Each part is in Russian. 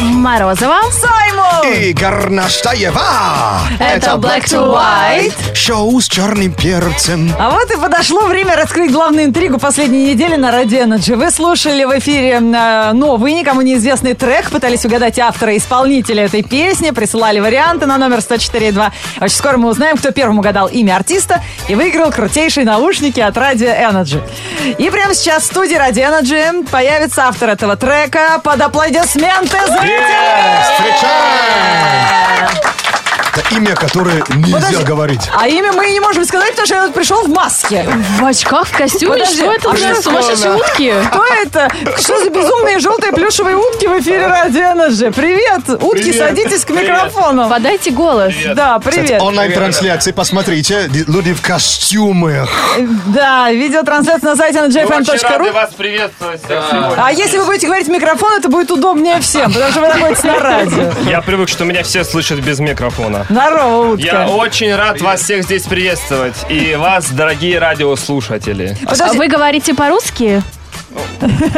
Морозова. Саймон! И Горнаштаева. Это Black to White. Шоу с черным перцем. А вот и подошло время раскрыть главную интригу последней недели на Radio Energy. Вы слушали в эфире э, новый, никому неизвестный трек, пытались угадать автора и исполнителя этой песни, присылали варианты на номер 104.2. Очень скоро мы узнаем, кто первым угадал имя артиста и выиграл крутейшие наушники от Radio Energy. И прямо сейчас в студии Radio Energy появится автор этого трека под аплодисменты зрителей! Встречаем! Это имя, которое нельзя Подожди. говорить. А имя мы и не можем сказать, потому что он пришел в маске. В очках, в костюме? Подожди, Что это а уже? что Сумасшедшие она? утки? Кто это? Что за безумные желтые плюшевые утки в эфире Радио Energy? Привет! Утки, Привет. садитесь к микрофону. Подайте голос. Да, привет. Онлайн-трансляции, посмотрите, люди в костюмах. Да, видеотрансляция на сайте Очень рады energyfm.ru. вас приветствовать всех сегодня. А если вы будете говорить в микрофон, это будет удобнее всем, потому что вы находитесь на радио. Я привык, что меня все слышат без микрофона. Здорово, утка. Я очень рад вас всех здесь приветствовать. И вас, дорогие радиослушатели. А Подожди, Вы говорите по-русски?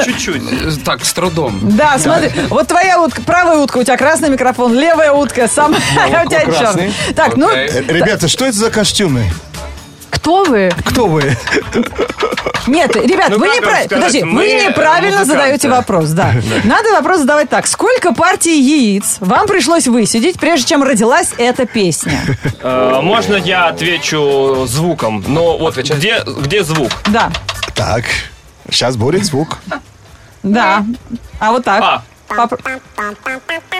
Чуть-чуть. Так, с трудом. Да, смотри, вот твоя утка, правая утка, у тебя красный микрофон, левая утка, самая у тебя черный. красный. Так, ну, Э, Ребята, что это за костюмы? Кто вы? Кто вы? Нет, ребят, Ну, вы как вам неправильно. сказать, Подожди, мы, вы неправильно музыканты. задаете вопрос, да. Надо вопрос задавать так. Сколько партий яиц вам пришлось высидеть, прежде чем родилась эта песня? Э, Можно я отвечу звуком? Но вот Отвечай. где, где звук? Да, Так, сейчас будет звук. да. А вот так. А. Попро-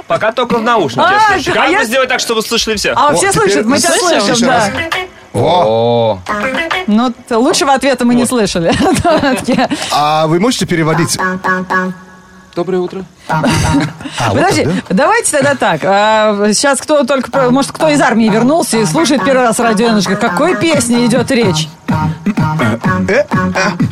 Пока только в наушнике А, слышу. а Как я- бы сделать так, чтобы слышали все? А О, все теперь слышат, мы тебя слышим слышим, еще да. О, О, Ну, т- лучшего ответа мы не слышали. Такие. а вы можете переводить? доброе утро. А, вот Подожди, так, да? давайте тогда так. А, Сейчас кто только, про- может, кто из армии вернулся и слушает первый раз радио «Энерджи», о какой песне идет речь? Э, а,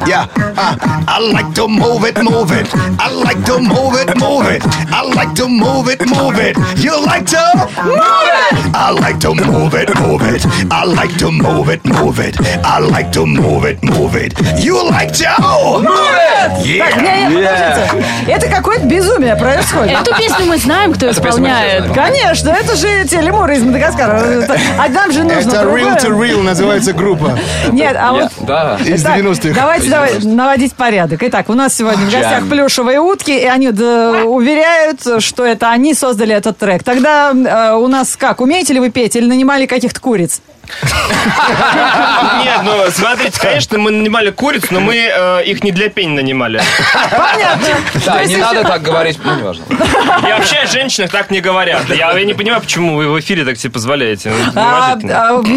Я. а, ah. I like to move it, move it. I like to move it, move it. I like to move it, move it. You like to move it. I like to move it, move it. I like to move it, move it. I like to move it, move it. You like to move it. Так, Yeah. не, не, подождите. Это какое-то безумие происходит. Эту песню мы знаем, кто исполняет. Конечно, это же те лемуры из Мадагаскара. Это- А нам же нужно другое. Real называется группа Нет, а вот... Да. из Так, давайте, давайте наводить порядок. Итак, у нас сегодня в гостях плюшевые утки, и они да, уверяют, что это они создали этот трек. Тогда э, у нас как, умеете ли вы петь или нанимали каких-то куриц? А. Нет, ну смотрите, конечно, мы нанимали куриц, но мы э, их не для пени нанимали. Понятно. Да, не надо так говорить, ну, неважно. И вообще о женщинах так не говорят. Я, я не понимаю, почему вы в эфире так себе позволяете. Ну, это А, неуважительно.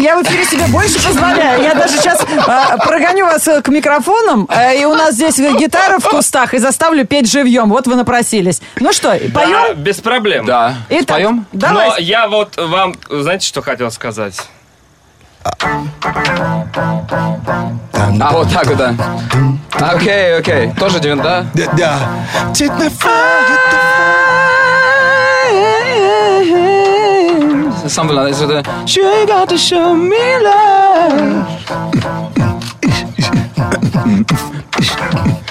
а, я в эфире себе больше позволяю. Я даже сейчас а, прогоню вас э, к микрофонам, э, и у нас здесь гитара в кустах, и заставлю петь живьем. Вот вы напросились. Ну что, Да, поем? без проблем. Да. Итак, Споем? Но Давай. я вот вам, знаете, что хотел сказать? А, вот так вот, да. А, Окей, окей. Тоже девин, да? Да. Something like this. вот это. You got to show me love.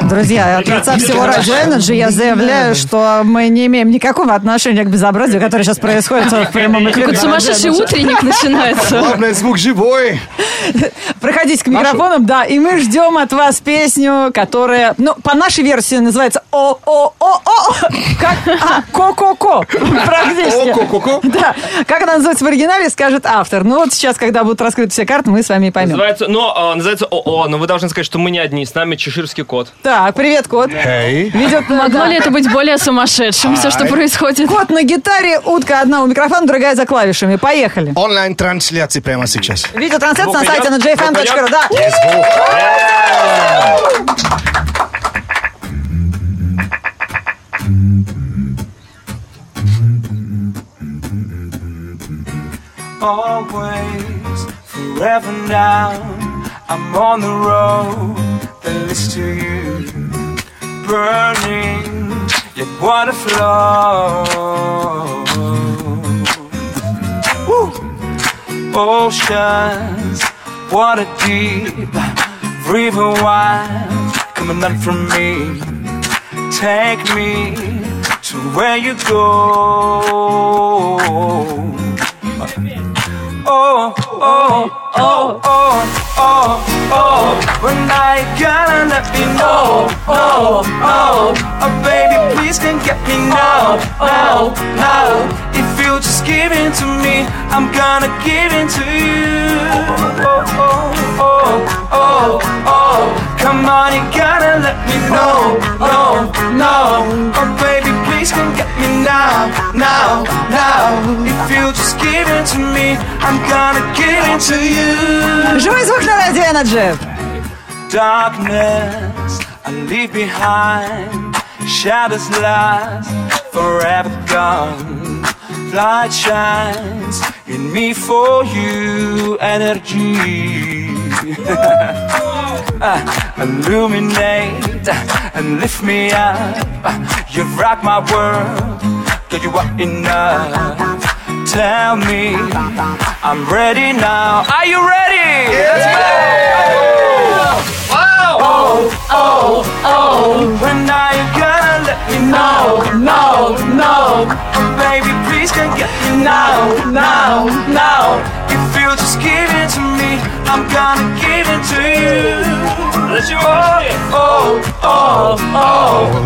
Друзья, от лица всего Радио Energy я заявляю, что мы не имеем никакого отношения к безобразию, которое сейчас происходит в прямом эфире. Какой-то сумасшедший утренник начинается. Главное, звук живой. Проходите к микрофонам, да, и мы ждем от вас песню, которая, ну, по нашей версии называется «О-о-о-о», как а, «Ко-ко-ко», практически. О-ко-ко-ко? Да, как она называется в оригинале, скажет автор. Ну, вот сейчас, когда будут раскрыты все карты, мы с вами и поймем. Называется, но, а, называется ОО, но вы должны сказать, что мы не одни, с нами чеширский кот. Так, привет, кот. Эй. Ведет Могло ли это быть более сумасшедшим, все, что происходит? Кот на гитаре, утка одна у микрофона, другая за клавишами. Поехали. Онлайн-трансляции прямо сейчас. Видеотрансляция на сайте на jfm.ru, да. always, forever now. I'm on the road that leads to you, burning, yet wanna flow. Woo! Oceans, water deep, river wide, coming up from me. Take me to where you go. Oh, oh, oh, oh, oh, oh. When I gotta let me know. Oh, oh, oh, baby, please can get me now, now, now. If you just give in to me, I'm gonna give in to you. Oh, oh, oh, oh, oh. Come on, you gotta let me know, no, no. Oh, baby, please come get me now, now, now. If you just give in to me, I'm gonna give in to you. Живой звук на радио Energy. Darkness I leave behind, shadows last, forever gone. Light shines in me for you, energy. illuminate and lift me up. You rock my world, girl, you are enough. Tell me, I'm ready now. Are you ready? Let's go! Wow! Oh, oh, oh. When are you gonna let me know? No, no. Baby, please can get me now, now, now. If you just give it to me, I'm gonna give it to you. Let you Oh, oh, oh.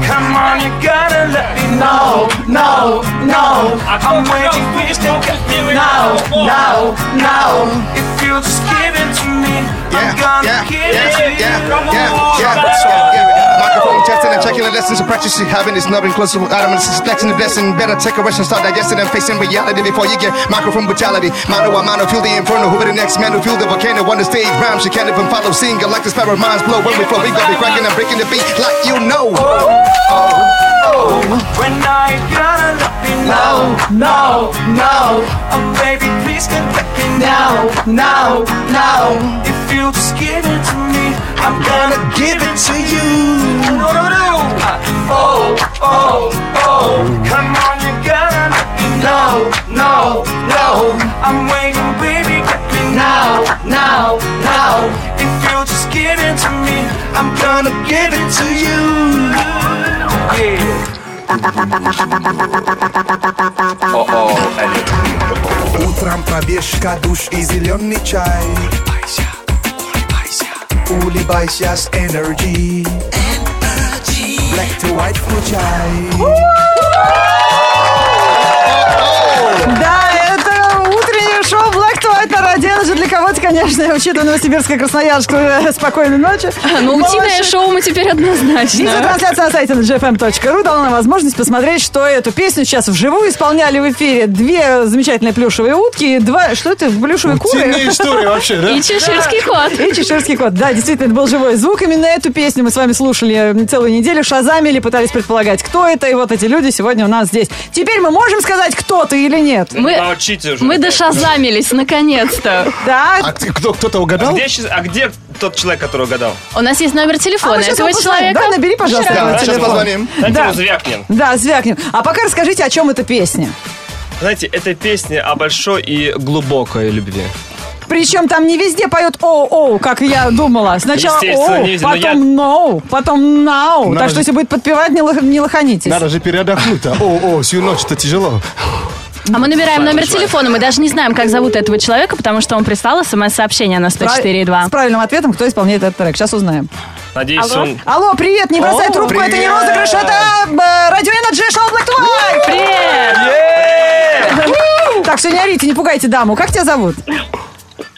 Come on, you gotta let me know. No, no. I'm waiting, please can get me now, now, now. If you just give it to me, I'm gonna yeah, give yeah, it to you. yeah, Come yeah, on, yeah, let's go. yeah, yeah. Microphone testing and checking the lessons of practice you having is not inclusive with adamant suspecting the blessing. Better take a rest and start digesting and facing reality before you get microphone brutality. Mano a mano, feel the inferno. Who be the next man who feel the volcano on the stage rhymes? You can't even follow. Sing like the sparrow minds blow when we flow. We gon' be cracking and breaking the beat like you know. When are you gonna let me know? No, no, Oh, baby, please can let me know. No, no. If you just give it to me, I'm gonna give it to you. No, no, no. Oh, oh, oh. Come on, you gotta let me know. No, no. I'm waiting, baby, get me now, now, now. If you just give it to me, I'm gonna give it to you. Yeah. Утром пробежка, душ и зеленый чай Улыбайся с Energy Black to white включай Да, это утреннее шоу Black to White на радио Energy. Для кого-то, конечно, учитывая Новосибирск и Красноярск, уже э, спокойной ночи. Ну, утиное Малыши. шоу мы теперь однозначно. Видеотрансляция на сайте ngfm.ru дала нам возможность посмотреть, что эту песню сейчас вживую исполняли в эфире две замечательные плюшевые утки и два... Что это? Плюшевые куры? Тенные истории вообще, да? И чеширский кот. И чеширский кот. Да, действительно, это был живой звук. Именно эту песню мы с вами слушали э, целую неделю, шазамили, пытались предполагать, кто это. И вот эти люди сегодня у нас здесь. Теперь мы можем сказать, кто ты или нет? Мы, Научите уже. мы дошазамились, наконец-то. Да, А ты- кто, кто-то угадал? Где щас- а где тот человек, который угадал? У нас есть номер телефона А мы сейчас этого его позвоним. человека. Да, набери, пожалуйста, Да, его сейчас телефон. позвоним. Давайте Да. его звякнем. Да, звякнем. А пока расскажите, о чем эта песня. Знаете, это песня о большой и глубокой любви. Причем там не везде поет оу-оу, как я думала. Сначала Естественно, оу, не везде, но я- потом ноу, потом нау. Так Надо что же- если будет подпевать, не лох- не лоханитесь. Надо же передохнуть-то. О, о, всю ночь-то тяжело. А мы набираем номер телефона. Мы даже не знаем, как зовут этого человека, потому что он прислал смс-сообщение на Пра- С 104.2. правильным ответом, кто исполняет этот трек. Сейчас узнаем. Надеюсь, он... Алло, привет, не бросай О, трубку, это не привет. розыгрыш, это э, радио Energy, шоу Black to White. Привет! Так, все, не орите, не пугайте даму. Как тебя зовут?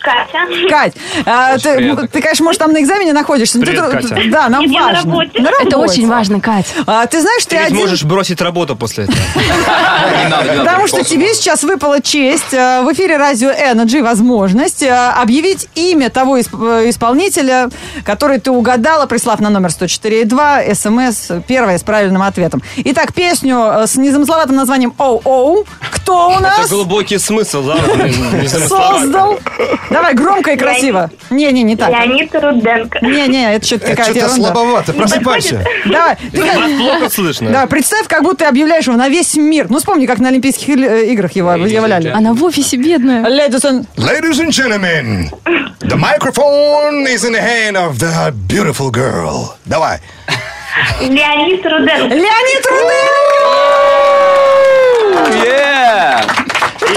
Катя. Кать, а, ты, приятно. ну, ты, конечно, может, там на экзамене находишься. но ты Привет, тру- Катя. Да, нам Я на важно. работе. На Это работе. очень важно, Кать. А, ты знаешь, ты Ты ведь один... можешь бросить работу после этого. Не надо, не надо. Потому что тебе сейчас выпала честь э, в эфире радио Energy возможность э, объявить имя того исп- э, исполнителя, который ты угадала, прислав на номер 104.2 смс первое с правильным ответом. Итак, песню э, с незамысловатым названием «Оу-Оу». Кто у Это нас глубокий смысл, да? блин, не знаю, слова. создал? Давай громко и красиво. Не-не, не так. Леонид Руденко. Не-не, это что-то Это какая-то что-то ерунда. слабовато, просыпайся Давай. Ты как- Вас плохо слышно. Да, представь, как будто ты объявляешь его на весь мир. Ну, вспомни, как на Олимпийских э, играх его объявляли. Она в офисе бедная. Ladies and Ladies and gentlemen, the microphone is in the hand of the beautiful girl. Давай. Леонид Руденко. Леонид Руденко!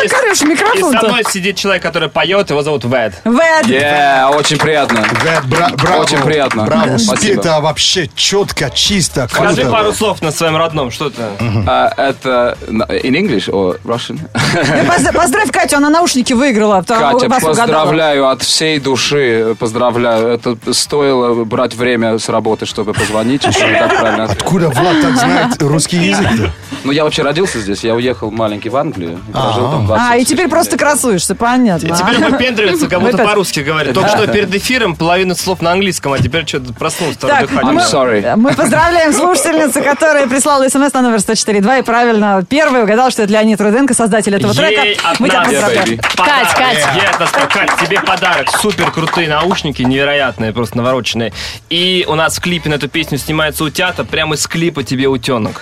говоришь в И микрофон со мной сидит человек, который поет, его зовут Вэд. Yeah, очень приятно. Э, бра- браво, Очень приятно. Браво, Спасибо. спето вообще четко, чисто, круто. Скажи пару слов на своем родном, что ты? А, Это на- in English or Russian? э, Поздравь Катю, она наушники выиграла. та- Катя, А, вас угадала. поздравляю от всей души, поздравляю. Это стоило брать время с работы, чтобы позвонить. и чтобы так правильно ответить. Откуда Влад так знает русский язык? Ну, я вообще родился здесь, я уехал маленький в Англию, и прожил там 20 А, и с теперь лишним просто лет. красуешься, понятно. а? Теперь выпендривается, как будто Опять. по-русски говорит. Только что перед эфиром половину слов на английском, а теперь что-то проснулся, второе Так, дыхание. I'm sorry. Мы поздравляем слушательницу, которая прислала смс на номер 104.2 и правильно первый угадал, что это Леонид Руденко, создатель этого трека. Ей от Мы тебя нас. поздравляем. baby. Подарок. Кать, Кать. Ей от нас, Кать, тебе подарок. Супер крутые наушники, невероятные, просто навороченные. И у нас в клипе на эту песню снимается утята, прямо из клипа тебе утенок.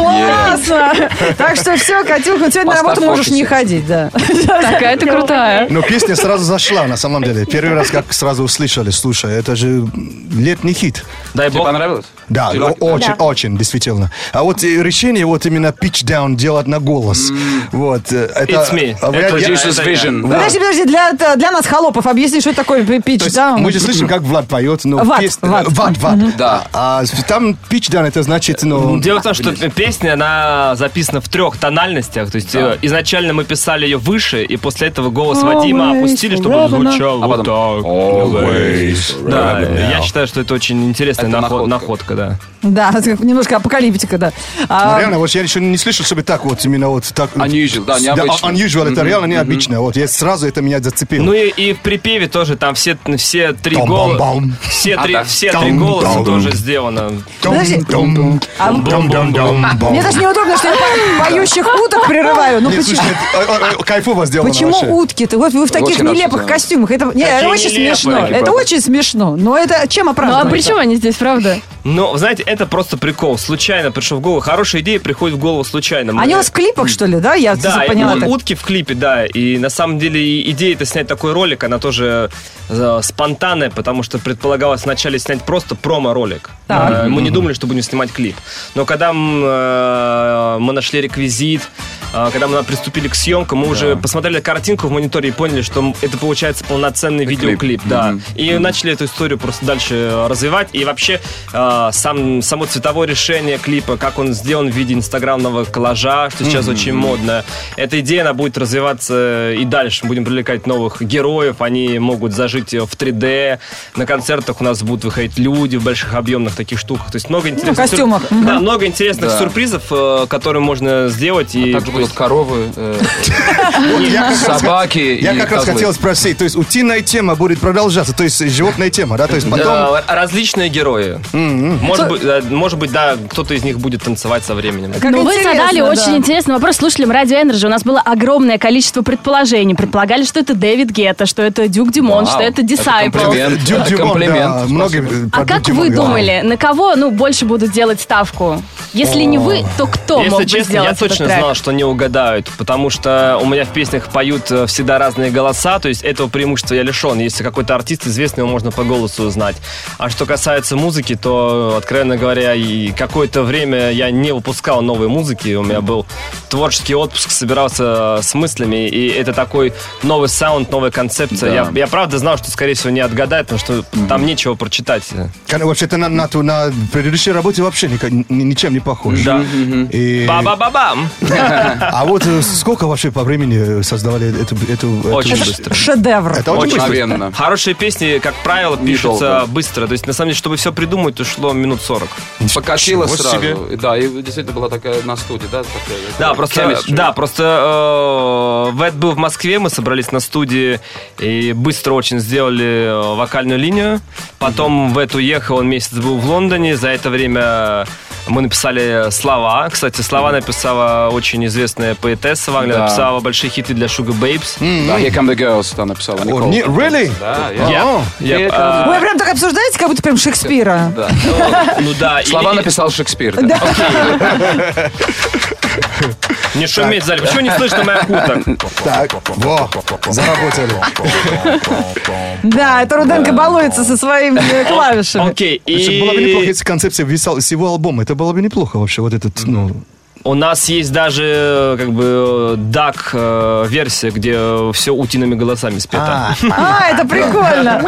Классно! Так что все, Катюха, сегодня на Поставь работу можешь не офисе. ходить, да. Такая ты крутая. Но песня сразу зашла, на самом деле. Первый раз как сразу услышали, слушай, это же м, летний хит. Дай Тебе бог. понравилось? Да, ну, Ты о- лайк- очень, очень, действительно. А вот э, решение вот именно pitch down делать на голос. Вот. э, Это, It's me. а вы- Это я- я- Producer's vision. Да. Подожди, подожди, для, для нас, холопов, объясни, что это такое То пич, есть да? Мы же слышим, как Влад поет, но Ват, песня... ват. э, Ват, ват. Да. А с- там pitch down, это значит, ну... Дело в том, что песня, она записана в трех тональностях. То есть э, изначально мы писали ее выше, и после этого голос Вадима опустили, чтобы звучал А вот так. потом Always. Да, я считаю, что это очень интересная Это наход- находка. находка, да. Да, немножко апокалиптика, да. А, Ну, реально, вот я еще не слышал, чтобы так вот именно вот так... ну, Unusual, да, необычно. Да, unusual, это реально необычно. Вот я сразу это меня зацепило. Ну и, и в припеве тоже там все, все три голоса. Там-бам-бам. Все три, да. все три Там-там. голоса тоже сделано. подожди. Дум-дум, дум-дум-дум-дум. Мне даже неудобно, что я по- поющих уток прерываю. Ну Нет, почему? слушай, это, э, э, э, кайфово сделано Почему вообще. утки? Ты, вот вы в таких очень рад, нелепых что- костюмах. Это, не, это Какие очень нелепые. смешно. Это очень смешно. Но это чем Ну а оправдано? при чем они здесь, правда? Но, знаете, это просто прикол. Случайно пришел в голову. Хорошая идея приходит в голову случайно. Мы- Они у вас в клипах, что ли, да? Я Да, и поняла вот так. утки в клипе, да. И на самом деле и идея-то снять такой ролик, она тоже э, спонтанная, потому что предполагалось вначале снять просто промо-ролик. Так. Э, мы не думали, что будем снимать клип. Но когда м, э, мы нашли реквизит, э, когда мы на- приступили к съемкам, мы уже посмотрели картинку в мониторе и поняли, что м- это получается полноценный видеоклип. Да. И начали эту историю просто дальше развивать. И вообще э, сам, само цветовое решение клипа, как он сделан в виде инстаграмного коллажа, что сейчас очень модно. Эта идея, она будет развиваться э, и дальше. Мы будем привлекать новых героев, они могут зажить э, в 3D. На концертах у нас будут выходить люди в больших объемных таких штуках. То есть много интересных... сюр- костюмах. Да, много интересных Да. А сюрпризов, э, которые можно сделать. И Также будут коровы, э, Я как раз собаки Я и как раз козлы. хотел спросить, то есть утиная тема будет продолжаться, то есть животная тема, да, то есть потом... Да, различные герои. Может, быть, да, может быть, да, кто-то из них будет танцевать со временем. Как ну, вы интересно, задали да. очень интересный вопрос слушателям Радио Энерджи. У нас было огромное количество предположений. Предполагали, что это Дэвид Гетта, что это Дюк Димон, Вау, что это это Дисайпл. комплимент. Дю- Это Дюмон, комплимент, да, спасибо. многие, э, про А как Дюмон вы говорят. думали, на кого ну, больше будут делать ставку? Если не вы, то кто мог Если бы честно, сделать я этот точно трек? знал, что не угадают, потому что у меня в песнях поют э, всегда разные голоса, то есть этого преимущества я лишен. Если какой-то артист известный, его можно по голосу узнать. А что касается музыки, то, э, откровенно говоря, и какое-то время я не выпускал новой музыки, у меня был творческий отпуск, собирался э, с мыслями, и это такой новый саунд, новая концепция. Да. Я, я правда знал, что, скорее всего, не отгадают, потому что там нечего прочитать. Кон- Вообще-то на, на, ту- на предыдущей работе вообще никак- ни- ничем не похож. Да. И- Ба-ба-ба-бам! а вот э, сколько вообще по времени э, создавали эту... эту- эту- Очень эту- быстро. Шедевр. Это очень, очень быстро. мгновенно. Хорошие песни, как правило, пишутся Недолго. быстро. То есть, на самом деле, чтобы все придумать, ушло минут 40. Покатило Ничего сразу. себе. И Да, и действительно была такая на студии, да? такая- Да, просто, chemistry. да, просто э, Вэт был в Москве, мы собрались на студии и быстро очень сделали э, вокальную линию. Потом Вэт уехал, он месяц был в Лондоне. За это время мы написали слова. Кстати, слова написала очень известная поэтесса в Англии. Да. Написала большие хиты для Sugar Babes. Да, Here Come the Girls, там написала О, Никола. не- really? Да, я- Yep, yep. А, Вы прям так обсуждаете, как будто прям Шекспира. да. Ну да. и- Слова и- написал Шекспир. да. Не шуметь, Заль. Почему не слышно моя кута? Так, во, заработали. Да, это Руденко балуется со своим э, клавишами. Окей. Слушай, было бы и- неплохо, если концепция висала всего альбома. Это было бы неплохо вообще, вот этот, ну... У нас есть даже э, как бы дак э, версия, где все утиными голосами спето. А, это прикольно.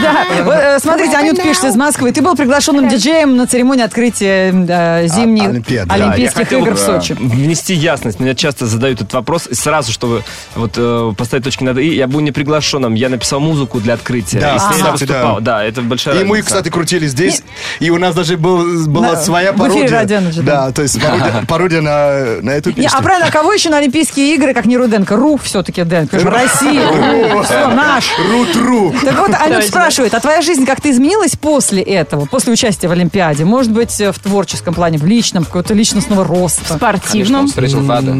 Да. Вот, э, Смотрите, Анют пишет из Москвы. Ты был приглашенным диджеем на церемонии открытия э, зимних А, Олимпиад, да. Я Олимпийских хотел игр бы, в Сочи. Внести ясность. Меня часто задают этот вопрос. И сразу, чтобы вот э, поставить точки над «и», я был не приглашенным. Я написал музыку для открытия. Да, и с ней я кстати, выступал. да. Да. это большая И мы, разница. кстати, крутили здесь, и у нас даже был, была На- своя в эфире пародия. Родионыча, да. да. то есть пародия, пародия на, на эту Не, песню. а правильно, а кого еще на Олимпийские игры, как не Руденко? Ру все-таки, Денко. Россия. Все, наш. Ру-тру. Так вот, Анют спрашивает, а твоя жизнь как-то изменилась после этого, после участия в Олимпиаде? Может быть, э, в творческом плане, в личном, какого-то личностного роста? Конечно, спортивном. он встретил Влада.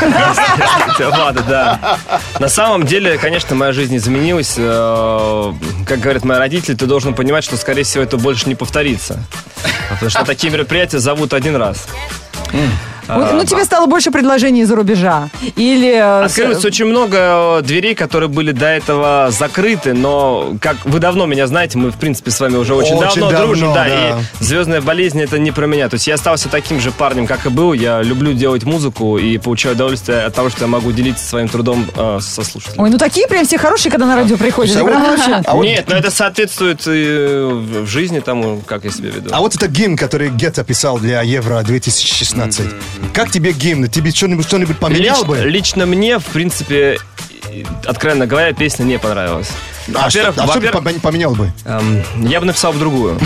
Да, Ладно, да. На самом деле, конечно, моя жизнь изменилась. Э, Как говорят мои родители, ты должен понимать, что, скорее всего, это больше не повторится. Потому что такие мероприятия зовут один раз. Вот, ну, тебе стало больше предложений из-за рубежа? Или... э, с- Открылось А очень много э, дверей, которые были до этого закрыты, но как вы давно меня знаете, мы в принципе с вами уже очень, Очень давно, давно, дружим, да, да. и звездная болезнь это не про меня. То есть я остался таким же парнем, как и был. Я люблю делать музыку и получаю удовольствие от того, что я могу делиться своим трудом э, со слушателями. Ой, ну такие прям все хорошие, когда на радио приходят. А Прям вот- вообще. а вот- Нет, но это соответствует э, в в жизни тому, как я себя веду. А вот это гимн, который Гетто писал для Евро 2016. Как тебе гимн? Тебе что-нибудь что-нибудь поменял Лич- бы? Лично мне, в принципе, и- откровенно говоря, песня не понравилась. А что а во-первых, что бы во-первых, помен- поменял бы? эм, я бы написал в другую.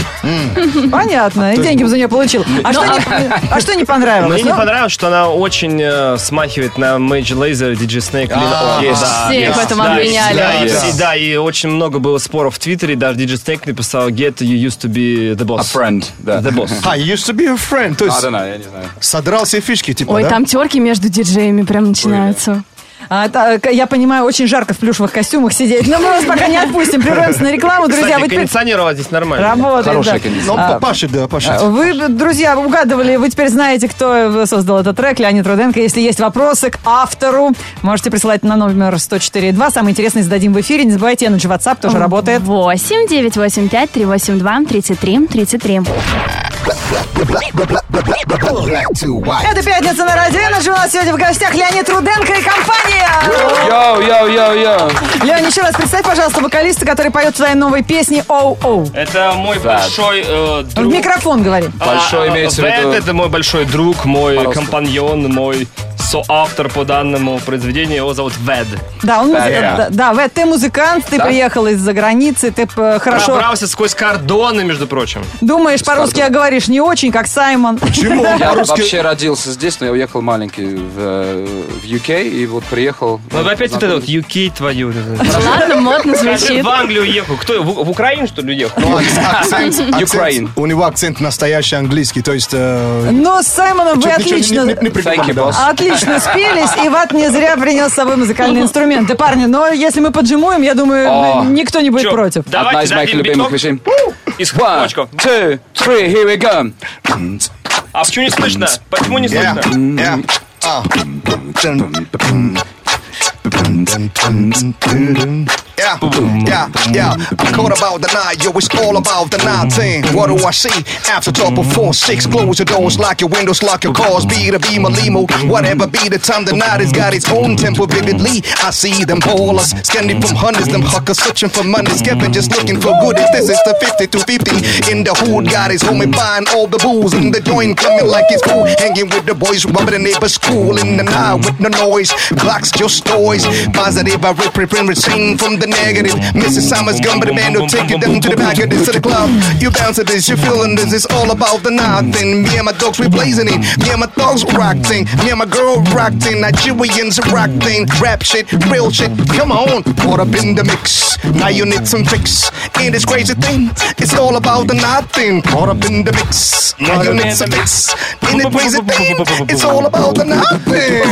Понятно, и деньги бы за нее получил. А что не- а что не понравилось? Мне не Ну, понравилось, что она очень э, смахивает на Major Lazer, DJ Snake, А, Lil Oki. есть. Да, Всех в есть. этом Да, обвиняли. Да, и- Да. и- да, и очень много было споров в Твиттере, даже DJ Snake написал Get You Used to Be The Boss. A friend, да. The Boss. А, you used to be a friend. То I есть don't know, я не знаю. содрал все фишки, типа, Ой, да? там терки между диджеями прям начинаются. а, та- к- Я понимаю, очень жарко в плюшевых костюмах сидеть, но мы вас пока не отпустим. Прервемся на рекламу, друзья. Кстати, Вы теперь кондиционер у вас здесь нормально. работает. Хорошая да. кондиция. Ну, А, пашет, да, пашет. Вы, друзья, угадывали, вы теперь знаете, кто создал этот трек, Леонид Руденко. Если есть вопросы к автору, можете присылать на номер 104.2. Самый интересный зададим в эфире. Не забывайте, Energy WhatsApp тоже работает. 8 9 8 5 3 8 2 33 33. Это пятница на радио Energy. У нас сегодня в гостях Леонид Руденко и компания. Йоу, йоу, йоу, йоу. Леонид, еще раз представь, пожалуйста, вокалиста, который поет в твоей новой песне «Оу-Оу». Это мой Да. большой э, В друг. микрофон говори. Большой А, имеется в Вэт виду- это мой большой друг, мой Пожалуйста. компаньон, мой соавтор по данному произведению. Его зовут Вэд. Да, он музы- я. да, да, Вэт, ты музыкант, ты Да. приехал из-за границы, ты э, хорошо Пробрался сквозь кордоны, между прочим. думаешь по-русски, а говоришь не очень, как Саймон. Почему он Я по-русски- вообще родился здесь, но я уехал маленький в, э, в UK и вот приехал. Ну, опять вот это вот UK твою. Ладно, модно Скажи, звучит. в Англию уехал. Кто? В, в Украину, что ли, уехал? Ну, акцент- Ukraine. акцент- У него акцент настоящий английский, то есть... э, Но Ну, с Саймоном вы чё- ничего не- отлично... не- не- не прикольно, Thank you, да. boss. Отлично спелись, и Ват не зря принес с собой музыкальный Ну. инструмент. Да, парни, но если мы поджимуем, я думаю, О. никто не будет Чё, против. Давайте Одна из дадим моих любимых биток вещей. Из One, хлопочков. two, three, here we go. А почему не слышно? Почему не Yeah, слышно? yeah. Ah. Yeah, yeah, yeah. I caught about the night, yo, it's all about the 19. What do I see? After top of 4, 6, close your doors, lock your windows, lock your cars, be to be my limo. Whatever be the time, the night has got its own tempo vividly. I see them ballers, scanning from hundreds, them huckers searching for money, skipping, just looking for goodies. This is the 50 to 50. In the hood, got his homie buying all the booze, and the joint coming like it's cool. Hanging with the boys, robbing the neighbor's cool in the night with no noise. Blocks just toys. Positive, I rip, rip, rip, sing from the negative. Mrs. Summers, gun, but the man will take you down to the back of this to the club. You bounce at this, you feeling this, it's all about the nothing. Me and my dogs, we blazing it. Me and my dogs rocking. Me and my girl rocking. Nigerians rocking. Rap shit, real shit. Come on, caught up in the mix. Now you need some fix. In this crazy thing, it's all about the nothing. Caught up in the mix. Now you need some fix. In the crazy thing, it's all about the nothing.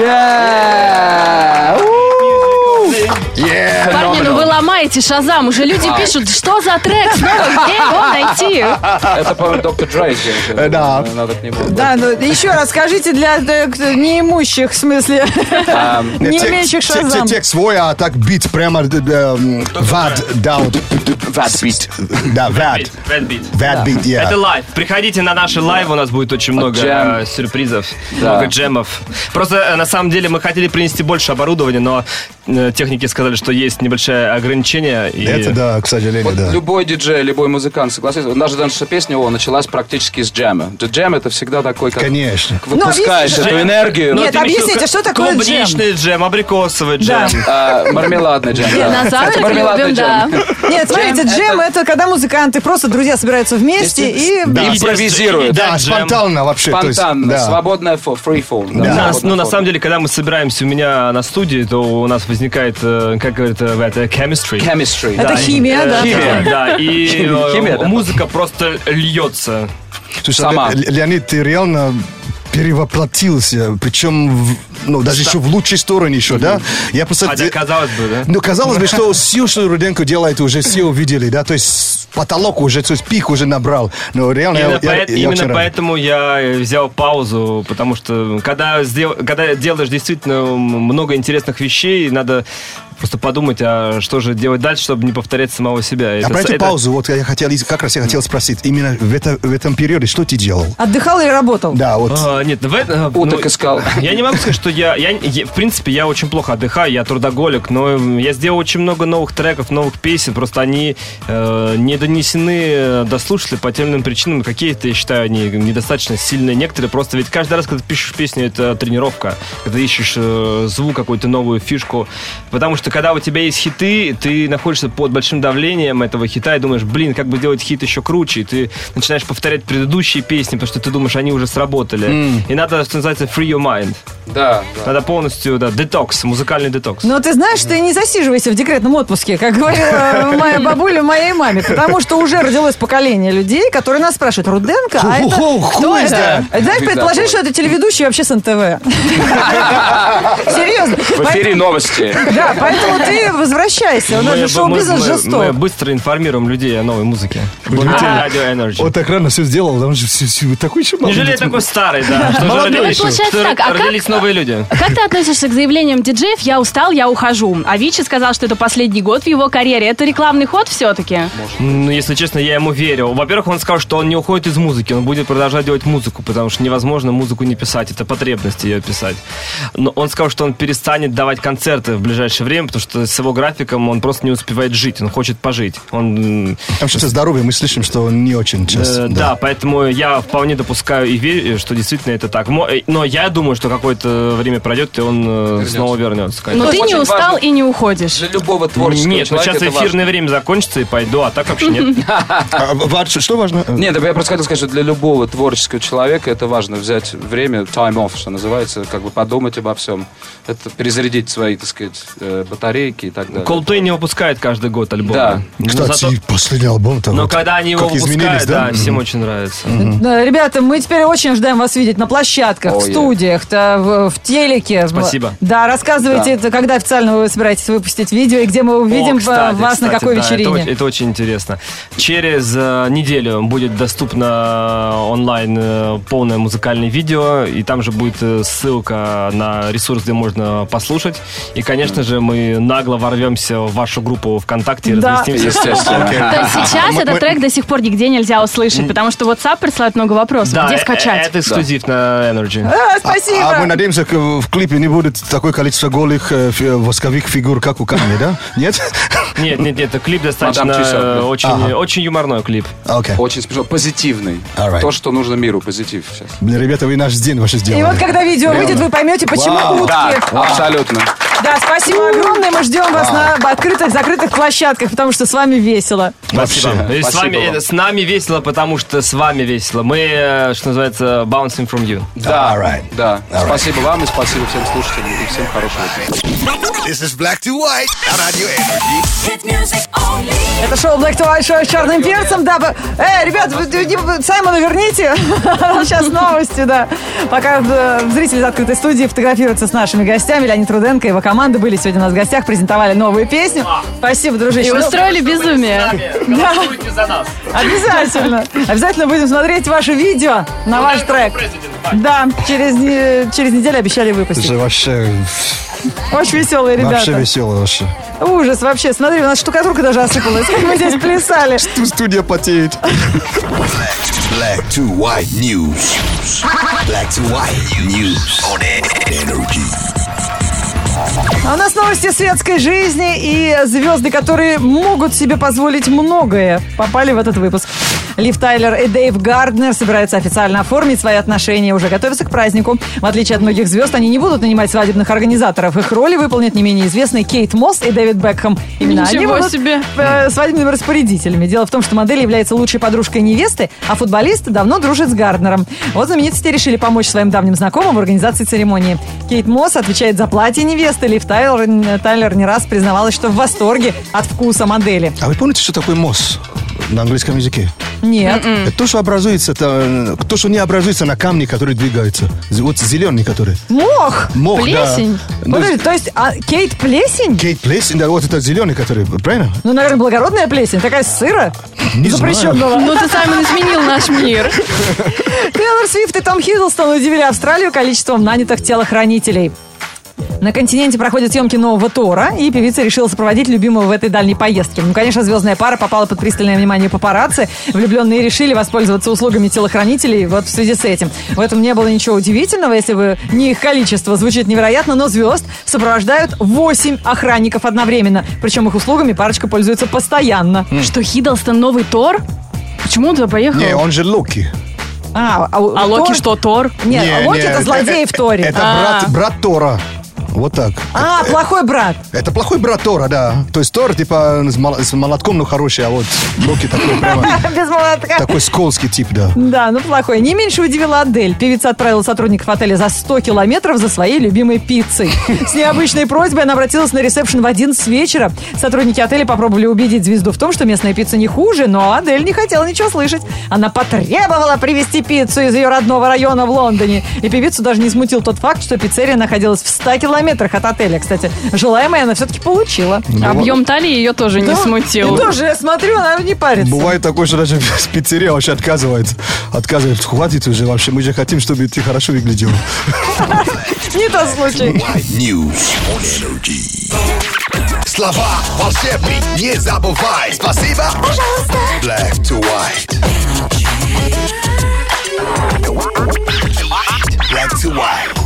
Yeah! Ууу! Yeah. Парни, ну вы ломаете Кстати, Шазам, уже люди пишут, что за трек снова, где его найти? Это, по-моему, доктор Драйв. Э, да. Надо к нему. Да, ну еще раз скажите для э, кто- неимущих, в смысле, А, не Тек- имеющих тек- тек- шазам. Текст свой, а так бит прямо э, эм, вад дал. That beat. Да, вад. Red Beat. Вад бит, я. Это лайв. Приходите на наши лайвы, у нас будет очень много Джем. э, сюрпризов, Да. много джемов. Просто э, на самом деле мы хотели принести больше оборудования, но э, техники сказали, что есть небольшое ограничение. И... Это да, к сожалению, Вот да. любой диджей, любой музыкант, согласитесь, даже наша песня о, началась практически с джема. Дж- Джем это всегда такой, как Конечно. Ну, а выпускаешь объясните эту же. энергию. Нет, Ну, ты имеешь в виду объясните, ка- что такое джем? Клубничный джем, абрикосовый джем. А, мармеладный джем. да. На Это завтрак мармеладный любим, да. джем. Нет, смотрите, джем это когда музыканты просто друзья собираются вместе и... Да. Импровизирует. Да, джем. спонтанно вообще. то есть, Спонтанно, да. свободная фо- free form. Да. Нас- ну, на самом деле, когда мы собираемся у меня на студии, то у нас возникает, э, как говорят, э, это chemistry. Chemistry. Это Да. химия, Э, да. Химия, да. И Химия, э, химия, да. музыка просто льется. Слушай, Сама. Ле- Ле- Леонид, ты реально перевоплотился, причем в- ну, даже еще в лучшей стороне еще, да? Я просто... Хотя, де- казалось бы, А, да? Ну, казалось бы, что все, что Руденко делает, уже все увидели, да? То есть потолок уже, то есть пик уже набрал. Но реально я- Именно, я, поэт- я именно очень рад. поэтому я э, взял паузу, потому что когда, сдел- когда делаешь действительно много интересных вещей, надо просто подумать, а что же делать дальше, чтобы не повторять самого себя. А Это про с- эту это- паузу, вот я хотел, как раз я хотел спросить, именно в, это- в этом периоде что ты делал? Отдыхал или работал? Да, вот. А, нет, в этом... Уток искал. Я не могу сказать, что я, я- я- В принципе, я очень плохо отдыхаю, я трудоголик, но я сделал очень много новых треков, новых песен, просто они э, не донесены до слушателей по тем или иным причинам. Какие-то, я считаю, они недостаточно сильные. Некоторые просто... Ведь каждый раз, когда ты пишешь песню, это тренировка. Когда ищешь э, звук, какую-то новую фишку. Потому что, когда у тебя есть хиты, ты находишься под большим давлением этого хита и думаешь, блин, как бы делать хит еще круче. И ты начинаешь повторять предыдущие песни, потому что ты думаешь, они уже сработали. И надо, что называется, free your mind. Да, да. Надо полностью, да, детокс, музыкальный детокс. Но Ну, ты знаешь, ты не засиживайся в декретном отпуске, как говорила моя бабуля моей маме, потому что уже родилось поколение людей, которые нас спрашивают, Руденко, а это Ху-ху-ху, кто who is это? А Знаешь, Беда предположи, была. что это телеведущий вообще с НТВ. Серьезно. В эфире новости. Да, поэтому ты возвращайся. У нас же Мы- мы- шоу-бизнес мы- Мы жесток. быстро информируем людей о новой музыке. Удивительно. Радио Energy. Вот так рано все сделал, потому что все, все- такой еще Не молодой. жалею такой старый, да. Молодой Что же еще. родились, Получается что так, а как- родились новые люди. Как ты относишься к заявлениям диджеев «Я устал, я ухожу»? Авичи сказал, что это последний год в его карьере. Это рекламный ход все-таки? Ну, если честно, я ему верил. Во-первых, он сказал, что он не уходит из музыки, он будет продолжать делать музыку, потому что невозможно музыку не писать, это потребность ее писать. Но он сказал, что он перестанет давать концерты в ближайшее время, потому что с его графиком он просто не успевает жить, он хочет пожить. Он м, Там что-то здоровье, мы слышим, что он не очень Э, часто. да. поэтому я вполне допускаю и верю, что действительно это так. Мо- э, Но я думаю, что какое-то время пройдет, и он э, снова вернется. конечно. Но Ну, ты не очень устал важно. и не уходишь. Для любого творческого Нет, ну человека сейчас это важно. эфирное время закончится и пойду, а так вообще нет. А, в- в- что- что важно? А, Нет, да я просто хотел сказать, что для любого творческого человека это важно взять время, time off, что называется, как бы подумать обо всем. Это перезарядить свои, так сказать, э, батарейки и так далее. Coldplay не выпускает каждый год альбом. Да. Но Кстати, зато- Ну. последний альбом там. Но вот когда они его как изменились, выпускают, да? да, всем очень нравится. Да, Ребята, мы теперь очень ждаем вас видеть на площадках, в Ой. студиях, то в, в телеке. Спасибо. Да, рассказывайте, Да. это когда официально вы собираетесь выпустить видео и где мы увидим О, кстати, э, вас на кстати, какой да, вечерине. Это, о- это очень интересно. Через э, неделю будет доступно онлайн э, полное музыкальное видео, и там же будет э, ссылка на ресурс, где можно послушать. И, конечно же, мы нагло ворвемся в вашу группу ВКонтакте и Да. разместимся. Естественно. То есть сейчас этот трек до сих пор нигде нельзя услышать, потому что WhatsApp присылает много вопросов. Да, Где э- скачать? Это эксклюзив на Energy. А, А, а мы Спасибо. надеемся, к- в клипе не будет такое количество голых э, фи- восковых фигур, как у камня, да? Нет? Нет, нет, нет, клип достаточно Мадам Тюссо, э, да. очень, очень юморной клип. Окей. Очень смешно. Позитивный. Alright. То, что нужно миру, позитив сейчас. Блин, Ребята, вы наш день вообще И сделали. вот когда видео выйдет, вы поймете, почему Вау. утки. Да, абсолютно. Да, спасибо огромное. Мы ждем вас на открытых, закрытых площадках, потому что с вами весело. Вообще. Спасибо. И с, Спасибо вами, вам. э, с нами весело, потому что с вами весело. Мы, э, что называется, bouncing from you. Да. Alright. Да. Alright. Спасибо вам и спасибо всем слушателям и всем хорошего дня. This is Black to White. на Радио Energy. Hit music only. Это шоу Black to White, шоу с черным перцем. Да, б- Эй, ребят, вы- вы- не- Саймона верните. Сейчас новости, да. Пока э, зрители из открытой студии фотографируются с нашими гостями. Леонид Руденко и его команда были сегодня у нас в гостях, презентовали новую песню. Спасибо, дружище. И Ну, устроили безумие. Голосуйте за нас. Обязательно. Обязательно будем смотреть ваше видео на ваш трек. Да, через, не- через неделю обещали выпустить. Же вообще, Очень веселые ребята. вообще весело вообще. Ужас вообще. Смотри, у нас штукатурка даже осыпалась. Как мы здесь плясали. Тут студия потеет. Black to white news. Black to white news on energy. А у нас новости светской жизни и звезды, которые могут себе позволить многое, попали в этот выпуск. Лив Тайлер и Дэйв Гарднер собираются официально оформить свои отношения, уже готовятся к празднику. В отличие от многих звезд, они не будут нанимать свадебных организаторов. Их роли выполнят не менее известные Кейт Мосс и Дэвид Бекхэм. Именно они Ничего будут себе. э, свадебными распорядителями. Дело в том, что модель является лучшей подружкой невесты, а футболист давно дружит с Гарднером. Вот знаменитости решили помочь своим давним знакомым в организации церемонии. Кейт Мосс отвечает за платье невесты. Лив Тайлер, Тайлер не раз признавалась, что в восторге от вкуса модели. А вы помните, что такое мосс на английском языке? Нет. Это то, что образуется, это, э, то, что не образуется на камне, который двигается. З- Вот зеленый, который. Мох! Мох, Плесень? да. Ну, Подожди, то есть а, Кейт плесень? Кейт плесень, да, вот это зеленый, который, правильно? Ну, наверное, благородная плесень, такая сыра, Не знаю. запрещенного. Ну ты, Саймон, изменил наш мир. Тейлор Свифт и Том Хиддлстон удивили Австралию количеством нанятых телохранителей. На континенте проходят съемки нового Тора, и певица решила сопроводить любимого в этой дальней поездке. Ну, конечно, звездная пара попала под пристальное внимание папарацци. Влюбленные решили воспользоваться услугами телохранителей вот в связи с этим. В этом не было ничего удивительного, если бы не их количество звучит невероятно, но звезд сопровождают 8 охранников одновременно. Причем их услугами парочка пользуется постоянно. Что, Хиддлстон новый Тор? Почему он туда поехал? Не, он же Локи. А, А Локи что, Тор? Нет, Не, а Локи не, это злодей в Торе. Это А. брат, брат Тора. Вот так. А, плохой брат. Это плохой брат Тора, да. То есть Тор, типа, с мол- с молотком, но хороший, а вот Локи такой прямо, Без молотка. такой скользкий тип, да. Да, ну плохой. Не меньше удивила Адель. Певица отправила сотрудников отеля за 100 километров за своей любимой пиццей. С необычной просьбой она обратилась на ресепшн в 11 вечера. Сотрудники отеля попробовали убедить звезду в том, что местная пицца не хуже, но Адель не хотела ничего слышать. Она потребовала привезти пиццу из ее родного района в Лондоне. И певицу даже не смутил тот факт, что пиццерия находилась в 100 километрах от отеля. Кстати, желаемое она все-таки получила. Объем талии ее тоже не Ну, Да. смутил. И тоже, я смотрю, она не парится. Бывает такое, что даже пиццерия вообще отказывает. Отказывает. Хватит уже вообще. Мы же хотим, чтобы ты хорошо выглядел. Не тот случай. White news on energy. Слова волшебный, не забывай. Спасибо. Пожалуйста. Black to white. Black to white.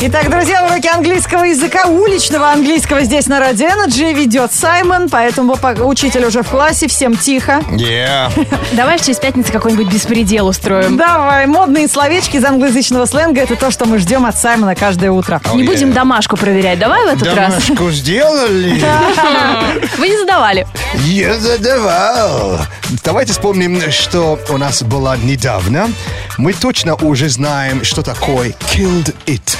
Итак, друзья, уроки английского языка, уличного английского здесь на Радио Energy ведет Саймон, поэтому пока учитель уже в классе, всем тихо. Давай в через пятницу какой-нибудь беспредел устроим. Давай, модные словечки из англоязычного сленга, это то, что мы ждем от Саймона каждое утро. Не будем домашку проверять. Давай в этот раз. Домашку сделали? Вы не задавали. Я задавал. Давайте вспомним, что у нас было недавно. Мы точно уже знаем, что такое killed it.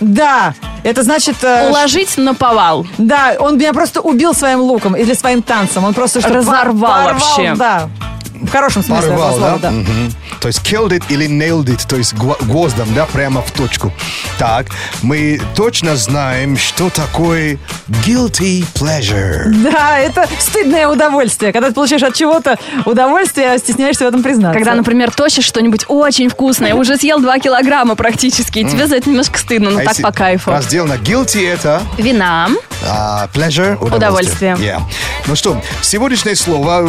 Да, это значит... э, Уложить на повал. ш- Да, он меня просто убил своим луком или своим танцем. Он просто что-то Разорвал вообще. Да, в хорошем смысле Порвал, этого слова, да? Мгм. То есть killed it или nailed it, то есть гво- гвоздом, да, прямо в точку. Так, мы точно знаем, что такое guilty pleasure. Да, это стыдное удовольствие, когда ты получаешь от чего-то удовольствие, а стесняешься в этом признаться. Когда, например, тощишь что-нибудь очень вкусное, уже съел 2 килограмма практически, и тебе за это немножко стыдно, но А так если по кайфу. Разделено guilty это Вина. а, pleasure удовольствие. Удовольствие. Yeah. Ну что, сегодняшнее слово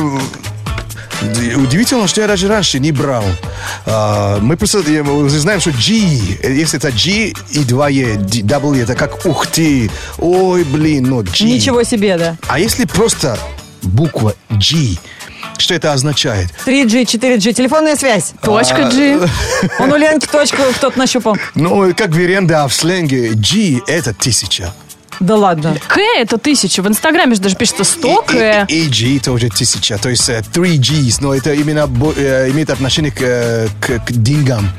э, д- удивительно, что я даже раньше не брал. А, мы просто э, уже знаем, что G, э, если это G и 2 E, D- W, это как ух ты, ой, блин, ну G. Ничего себе, да. А если просто буква G, что это означает? 3G, 4G, телефонная связь. А, э, Точка G. Он у Ленки точку кто-то нащупал. Ну, э, как веренда в сленге, G это тысяча. Да ладно. К это тысяча. В Инстаграме же даже пишется 100 И- К. И, и G тоже тысяча, то есть э, 3Gs, но это именно бо- э, имеет отношение к, э, к, к деньгам.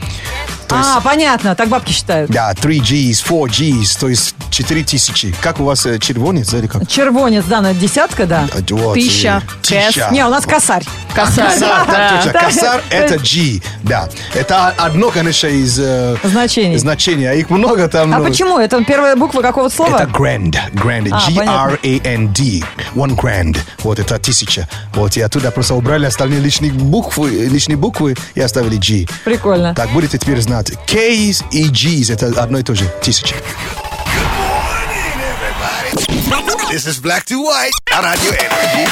То есть, А, понятно, так бабки считают. да, 3Gs, 4Gs, то есть 4000. Как у вас э, червонец или как? Червонец, да, на десятка, да. А, вот, Тысяча. э, Тысяча. Не, у нас косарь. Косарь. Косар, так Да. точно. Косар – это G, да. Это одно, конечно, из э, Значений. значений. а Их много там. А ну, почему? Это первая буква какого-то слова? Это grand, grand, А, G-R-A-N-D, one grand, вот это тысяча. Вот и оттуда просто убрали остальные лишние буквы, лишние буквы и оставили G. Прикольно. Так будете теперь знать. K's и G's это одно и то же, тысяча. This is Black to White на радио Energy.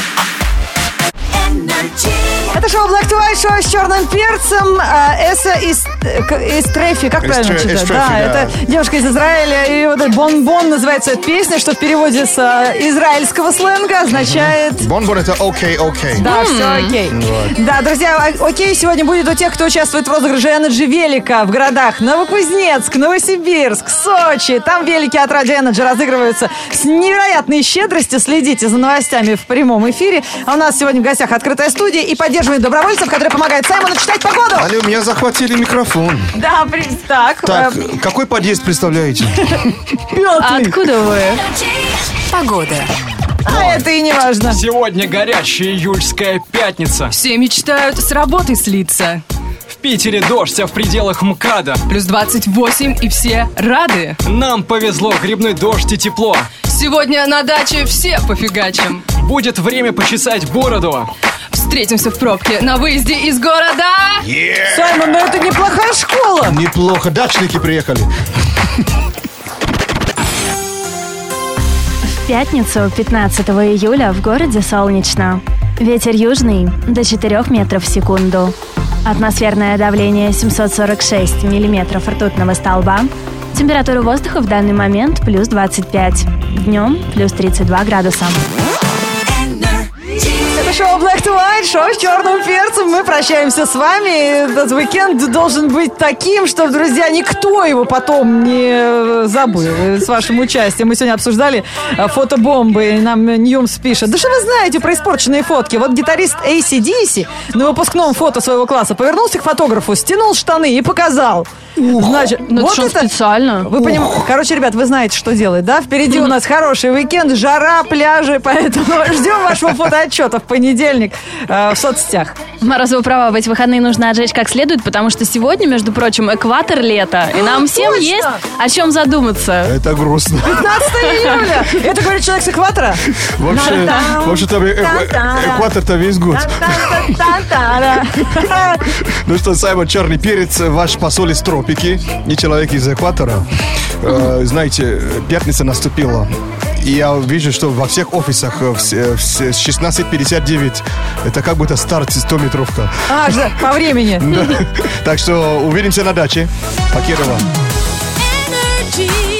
Это шоу Black to White, шоу с черным перцем. А, Эса из, э, к- из Трефи, как правильно Тре- из читать? Трефи, да, да. это девушка из Израиля. И вот этот бон-бон называется эта песня, что в переводе с э, израильского сленга означает... Бонбон это окей, окей. Да, все окей. Да, друзья, о- окей, сегодня будет у тех, кто участвует в розыгрыше Energy велика в городах Новокузнецк, Новосибирск, Сочи. Там велики от Радио Energy разыгрываются с невероятной щедростью. Следите за новостями в прямом эфире. А у нас сегодня в гостях открытая студия и поддерживает добровольцев, которые помогают Саймону читать погоду. Алло, меня захватили микрофон. Да, при- так. Так, э, какой подъезд представляете? А Откуда вы? Погода. а это и не важно. Сегодня горячая июльская пятница. Все мечтают с работы слиться. В Питере дождь, а в пределах МКАДа. Плюс 28 и все рады. Нам повезло, грибной дождь и тепло. Сегодня на даче все пофигачим. Будет время почесать бороду. Встретимся в пробке на выезде из города. Саймон, ну это неплохая школа. Неплохо, дачники приехали. В пятницу, 15 июля, в городе солнечно. Ветер южный до 4 метров в секунду. Атмосферное давление 746 миллиметров ртутного столба. Температура воздуха в данный момент плюс 25. Днем плюс 32 градуса. Это шоу Black to White, шоу с черным перцем. Мы прощаемся с вами. Этот уикенд должен быть таким, что, друзья, никто его потом не э, забыл. И С вашим участием. Мы сегодня обсуждали э, фотобомбы. И нам Ньюмс пишет. Да что вы знаете про испорченные фотки? Вот гитарист ACDC на выпускном фото своего класса повернулся к фотографу, стянул штаны и показал. Значит, Ну, это что, специально? вы поним- Короче, ребят, вы знаете, что делать, да? Впереди у нас хороший уикенд, жара, пляжи, поэтому ждем вашего фотоотчета в понедельник э, в соцсетях. Морозова права, в эти выходные нужно отжечь как следует, потому что сегодня, между прочим, экватор лета. И нам всем Точно! есть о чем задуматься. Это грустно. 15 июля! Это говорит человек с экватора. Вообще, Та-дам, вообще-то э- э- та-дам. экватор-то весь год. Та-та-та-та-та. Ну что, Саймон Черный Перец, ваш посол из тропики и человек из экватора. Э, Знаете, пятница наступила. И я вижу, что во всех офисах э, в с- э, в с- 16.59 это как будто старт 100 метровка. А, ж- по времени. Так что увидимся на даче. Покерова. Energy.